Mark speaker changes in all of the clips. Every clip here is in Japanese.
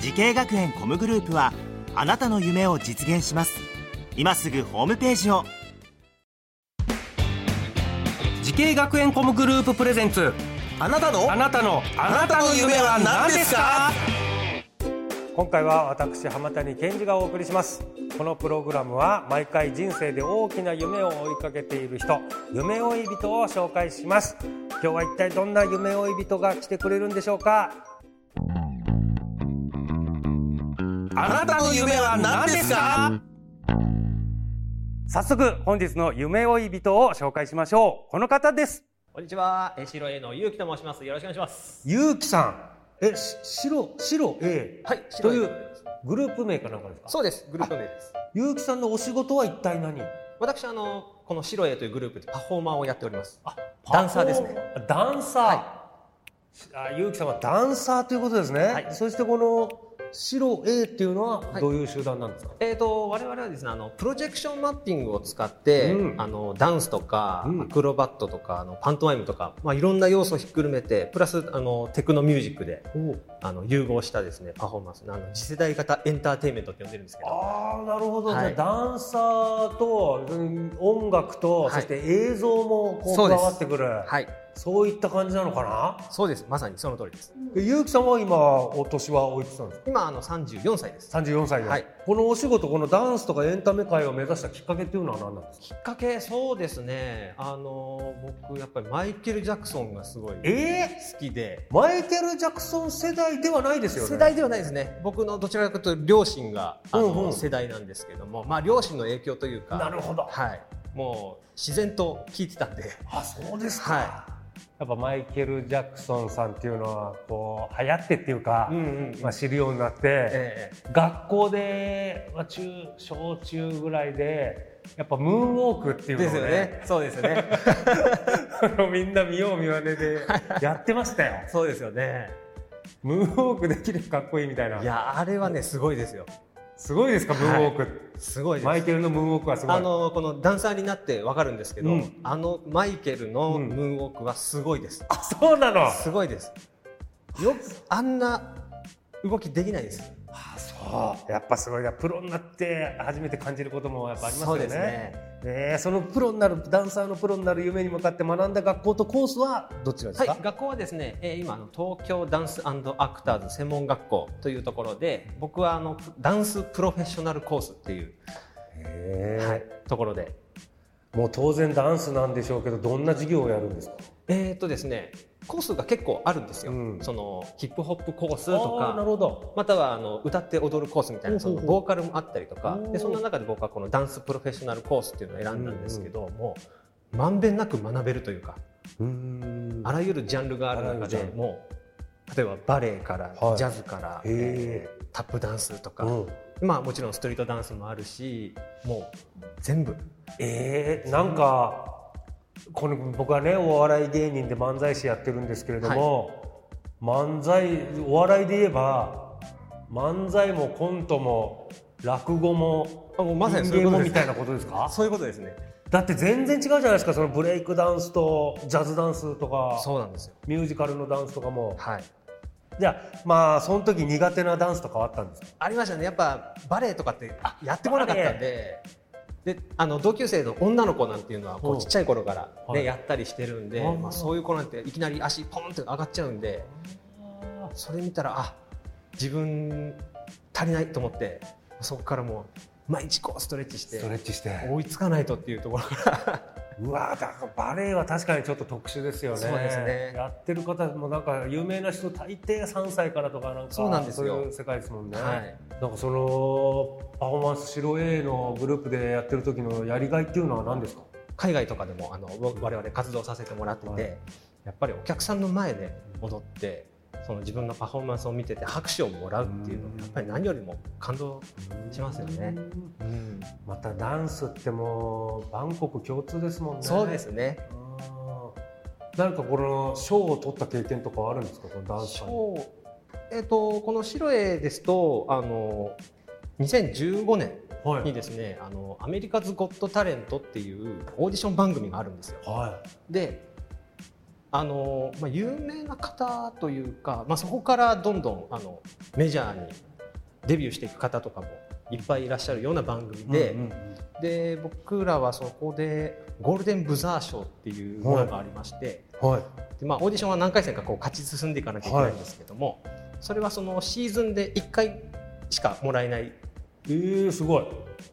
Speaker 1: 時系学園コムグループはあなたの夢を実現します今すぐホームページを
Speaker 2: 時系学園コムグループプレゼンツ
Speaker 3: あなたの
Speaker 2: あなたのあ
Speaker 3: なたの夢は何ですか
Speaker 4: 今回は私浜谷健二がお送りしますこのプログラムは毎回人生で大きな夢を追いかけている人夢追い人を紹介します今日は一体どんな夢追い人が来てくれるんでしょうか
Speaker 3: あなたの夢は何ですか
Speaker 4: 早速本日の夢追い人を紹介しましょうこの方です
Speaker 5: こんにちは、え白 A のゆうきと申します。よろしくお願いします。
Speaker 4: ゆうきさんえし白白 A
Speaker 5: はい、
Speaker 4: とい
Speaker 5: 白 A
Speaker 4: うグループ名かなんかですか
Speaker 5: そうです、グループ名です。
Speaker 4: ゆうきさんのお仕事は一体何
Speaker 5: 私、あの、この白 A というグループでパフォーマーをやっております。ダンサーですね。
Speaker 4: あダンサー、あゆうきさんはダンサーということですね、
Speaker 5: はい
Speaker 4: そしてこの白 A っていうのはどういう集団なんですか、
Speaker 5: えー、と我々はですねあのプロジェクションマッピングを使って、
Speaker 4: うん
Speaker 5: あのダンスとか、
Speaker 4: うん
Speaker 5: アクロバットとかあのパントマイムとか、まあ、いろんな要素をひっくるめてプラスあのテクノミュージックであの融合したですねパフォーマンスあの次世代型エンターテインメントって呼んでるんですけど
Speaker 4: ああなるほど、
Speaker 5: はい
Speaker 4: じゃあダンサーと、うん音楽と、
Speaker 5: はい
Speaker 4: そして映像もこう加
Speaker 5: そうです
Speaker 4: わってくる
Speaker 5: はい
Speaker 4: そういった感じなのか
Speaker 5: そうですまさにその通りです
Speaker 4: なでゆうきさんは今お年はおいくつなんですか
Speaker 5: 今あの34歳です
Speaker 4: 34歳で、
Speaker 5: はい
Speaker 4: このお仕事このダンスとかエンタメ界を目指したきっかけっていうのは何なんですか
Speaker 5: きっかけそうですねあの僕やっぱりマイケル・ジャクソンがすごい
Speaker 4: え
Speaker 5: 好きで、
Speaker 4: マイケル・ジャクソン世代ではないですよね
Speaker 5: 世代ではないですね僕のどちらかというと両親があの、
Speaker 4: うんうん
Speaker 5: 世代なんですけどもまあ両親の影響というか
Speaker 4: なるほど
Speaker 5: はいもう自然と聞いてたんで
Speaker 4: あそうですか、
Speaker 5: は
Speaker 4: やっぱマイケル・ジャクソンさんっていうのはこう流行ってっていうか、
Speaker 5: い、うん
Speaker 4: まあ、
Speaker 5: え
Speaker 4: 知るようになって、
Speaker 5: え
Speaker 4: 学校で、まあ、中小中ぐらいでやっぱムーンウォークっていうの
Speaker 5: で
Speaker 4: を
Speaker 5: すよ
Speaker 4: ね
Speaker 5: ねそうですよね
Speaker 4: みんな見よう見まねでやってましたよ
Speaker 5: そうですよね
Speaker 4: ムーンウォークできればかっこいいみたいない
Speaker 5: やあれはねすごいですよ
Speaker 4: すごいですかムーンウォーク、
Speaker 5: すごいです
Speaker 4: マイケルのムーンウォークはすごい
Speaker 5: あのこのダンサーになってわかるんですけど、
Speaker 4: うん
Speaker 5: あのマイケルの
Speaker 4: うん
Speaker 5: ムーンウォークはすごいです、
Speaker 4: あ そうなの
Speaker 5: すごいですよあんな動きできないです
Speaker 4: そうやっぱすごいなプロになって初めて感じることもやっぱありますよね
Speaker 5: そうですね
Speaker 4: えーそのプロになるダンサーのプロになる夢に向かって学んだ学校とコースはどちらです
Speaker 5: はい
Speaker 4: か、、
Speaker 5: 学校はですね、えー、今あの東京ダンスアクターズ専門学校というところで僕はあのダンスプロフェッショナルコースっていう、
Speaker 4: へー
Speaker 5: はい、ところで
Speaker 4: もう当然ダンスなんでしょうけどどんな授業をやるんですか
Speaker 5: えー、っとですねコースが結構あるんですよ、
Speaker 4: うん
Speaker 5: そのヒップホップコースと
Speaker 4: あーな
Speaker 5: か
Speaker 4: るほど
Speaker 5: またはあの歌って踊るコースみたいなそ
Speaker 4: ほう
Speaker 5: の
Speaker 4: ほうほう
Speaker 5: ボーカルもあったりとか
Speaker 4: おー
Speaker 5: でそんな中で僕はこのダンスプロフェッショナルコースっていうのを選んだんですけど、もうまんべんなく学べるというか
Speaker 4: うーん
Speaker 5: あらゆるジャンルがある
Speaker 4: あらゆ
Speaker 5: 中
Speaker 4: るジ
Speaker 5: で
Speaker 4: ャンル
Speaker 5: もう例えばバレエから、
Speaker 4: はい
Speaker 5: ジャズから、
Speaker 4: へえ
Speaker 5: えータップダンスとか、
Speaker 4: うん
Speaker 5: まあもちろんストリートダンスもあるしもう全部
Speaker 4: えー、なんかこの僕はねお笑い芸人で漫才師やってるんですけれども、漫才お笑いで言えば漫才もコントも落語も
Speaker 5: あもうまさに
Speaker 4: 人
Speaker 5: そうい
Speaker 4: 間も
Speaker 5: うことです
Speaker 4: みたいなことですか
Speaker 5: そういうことですね
Speaker 4: だって全然違うじゃないですかそのブレイクダンスとジャズダンスとか
Speaker 5: そうなんですよ
Speaker 4: ミュージカルのダンスとかも
Speaker 5: はい
Speaker 4: じゃあまあその時苦手なダンスとかはあったんですか
Speaker 5: ありましたねやっぱバレエとかってやってこなかったんでであの同級生の女の子なんていうのはこ
Speaker 4: うん
Speaker 5: うちっちゃい頃から、ね
Speaker 4: はい
Speaker 5: やったりしてるんで、
Speaker 4: あー
Speaker 5: まあ、そういう子なんていきなり足ポンって上がっちゃうんでそれ見たらあ自分足りないと思ってそこからもう毎日こうストレッチして
Speaker 4: ッチして
Speaker 5: 追いつかないとっていうところから
Speaker 4: うわーだからバレエは確かにちょっと特殊ですよね。
Speaker 5: そうですね
Speaker 4: やってる方もなんか有名な人大抵3歳からとかなんか
Speaker 5: そうなんですよ
Speaker 4: そういう世界ですもんね。
Speaker 5: はい
Speaker 4: なんかそのパフォーマンス白 A のグループでやってる時のやりがいっていうのは何ですか。
Speaker 5: 海外とかでもあのわ我々活動させてもらってて、
Speaker 4: はい
Speaker 5: やっぱりお客さんの前で踊ってその自分のパフォーマンスを見てて拍手をもらうっていうのはやっぱり何よりも感動しますよね。うん
Speaker 4: またダンスってもう万国共通ですもんね
Speaker 5: そうですね。
Speaker 4: うんなんかこの賞を取った経験とかはあるんですかこのダンス
Speaker 5: 賞えっ、とこの白絵ですとあの2015年
Speaker 4: は
Speaker 5: にですね、あのアメリカズ・ゴット・タレントっていうオーディション番組があるんですよ。
Speaker 4: は
Speaker 5: であの、まあ、有名な方というか、まあ、そこからどんどんあのメジャーにデビューしていく方とかもいっぱいいらっしゃるような番組
Speaker 4: い
Speaker 5: で,、
Speaker 4: うんうん
Speaker 5: で僕らはそこでゴールデンブザー賞っていうものがありまして、
Speaker 4: うんはい
Speaker 5: でまあ、オーディションは何回戦かこう勝ち進んでいかなきゃいけないんですけども、それはそのシーズンで1回しかもらえない
Speaker 4: えー、すごい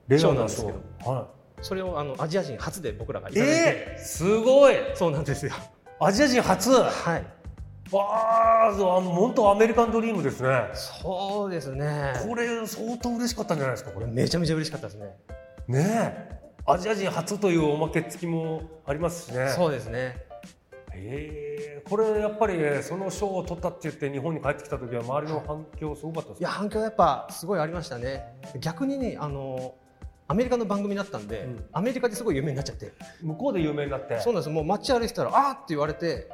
Speaker 4: レア
Speaker 5: 賞なん
Speaker 4: な
Speaker 5: です
Speaker 4: 賞
Speaker 5: け
Speaker 4: は
Speaker 5: それをあのアジア人初で僕らがい
Speaker 4: い
Speaker 5: ただいて、
Speaker 4: えー、すごい
Speaker 5: そうなんですよ。
Speaker 4: アジア人初
Speaker 5: はい
Speaker 4: わあ本当アメリカンドリームですね
Speaker 5: そうですね
Speaker 4: これ相当嬉しかったんじゃないですかこれね
Speaker 5: めちゃめちゃ嬉しかったですね。
Speaker 4: えアジア人初というおまけ付きもありますしね
Speaker 5: そうですね。
Speaker 4: へえこれやっぱりその賞を取ったって言って日本に帰ってきた時は周りの反響すごかったです
Speaker 5: いや反響やっぱすごいありましたね。逆にねあのアメリカの番組だったんで、
Speaker 4: うん
Speaker 5: アメリカですごい有名になっちゃって、
Speaker 4: 向こうで有名になって
Speaker 5: そうなんです。もう街歩いてたらあーって言われて、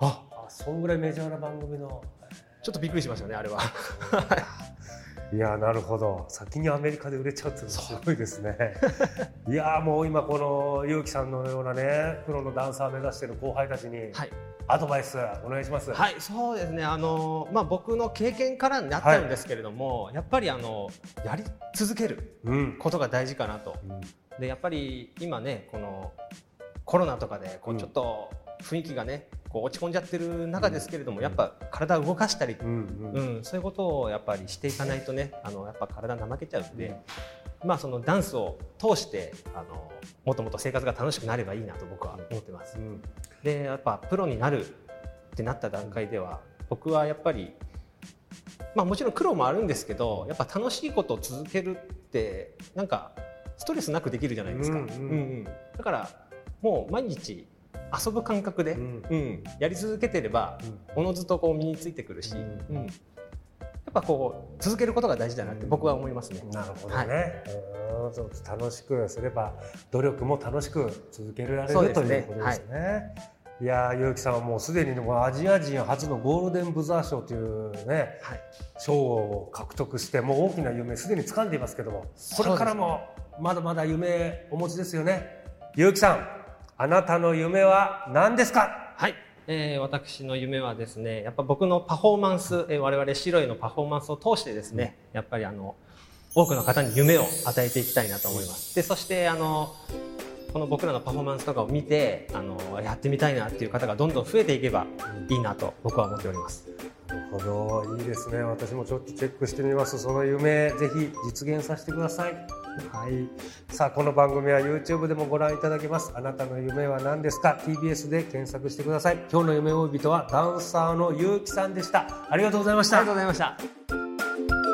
Speaker 5: あ
Speaker 4: あそんぐらいメジャーな番組の
Speaker 5: ちょっとびっくりしましたねあれは。
Speaker 4: いやなるほど先にアメリカで売れちゃうっていうのはすごいですねいやもう今この結城さんのようなねプロのダンサー目指してる後輩たちに
Speaker 5: はい
Speaker 4: アドバイスお願いします、
Speaker 5: はいそうですねあのまあ僕の経験からになっちゃうんですけれども、やっぱりあのやり続ける
Speaker 4: うん
Speaker 5: ことが大事かなと。
Speaker 4: うん
Speaker 5: でやっぱり今ねこのコロナとかでこ
Speaker 4: う
Speaker 5: うんちょっと雰囲気がねこう落ち込んじゃってる中ですけれども、やっぱ体を動かしたり、
Speaker 4: う
Speaker 5: うん
Speaker 4: うん
Speaker 5: そういうことをやっぱりしていかないとねあのやっぱ体怠けちゃうんで、まあそのダンスを通してあのもっともっと生活が楽しくなればいいなと僕は思ってます。
Speaker 4: うん
Speaker 5: でやっぱプロになるってなった段階では僕はやっぱり、まあ、もちろん苦労もあるんですけどやっぱ楽しいことを続けるってなんかストレスなくできるじゃないですか、
Speaker 4: うんうん
Speaker 5: だからもう毎日遊ぶ感覚で、
Speaker 4: う
Speaker 5: うんんやり続けてればおのずとこう身についてくるし、
Speaker 4: うん
Speaker 5: うんやっぱこう続けることが大事だなって僕は思いますね。
Speaker 4: なるほど
Speaker 5: は
Speaker 4: ね、
Speaker 5: い
Speaker 4: うんそう楽しくすれば努力も楽しく続けられ
Speaker 5: そう
Speaker 4: る、
Speaker 5: です
Speaker 4: と
Speaker 5: ね
Speaker 4: いうことですね。い、やー結城さんはもうすでにねこのアジア人初のゴールデンブザー賞というね
Speaker 5: はい
Speaker 4: 賞を獲得してもう大きな夢すでに掴んでいますけどもこれからもまだまだ夢お持ちですよね結城さんあなたの夢は何ですか
Speaker 5: はい、えー私の夢はですねやっぱ僕のパフォーマンス、えー我々白いのパフォーマンスを通してですねやっぱりあの多くの方に夢を与えていきたいなと思いますでそしてあのこの僕らのパフォーマンスとかを見てあのやってみたいなっていう方がどんどん増えていけばいいなと僕は思っております
Speaker 4: なるほどいいですね私もちょっとチェックしてみますその夢ぜひ実現させてくださいはいさあこの番組は YouTube でもご覧いただけますあなたの夢は何ですか TBS で検索してください今日の夢追い人はダンサーのゆうきさんでしたありがとうございまし
Speaker 5: あり
Speaker 4: た
Speaker 5: がとうございました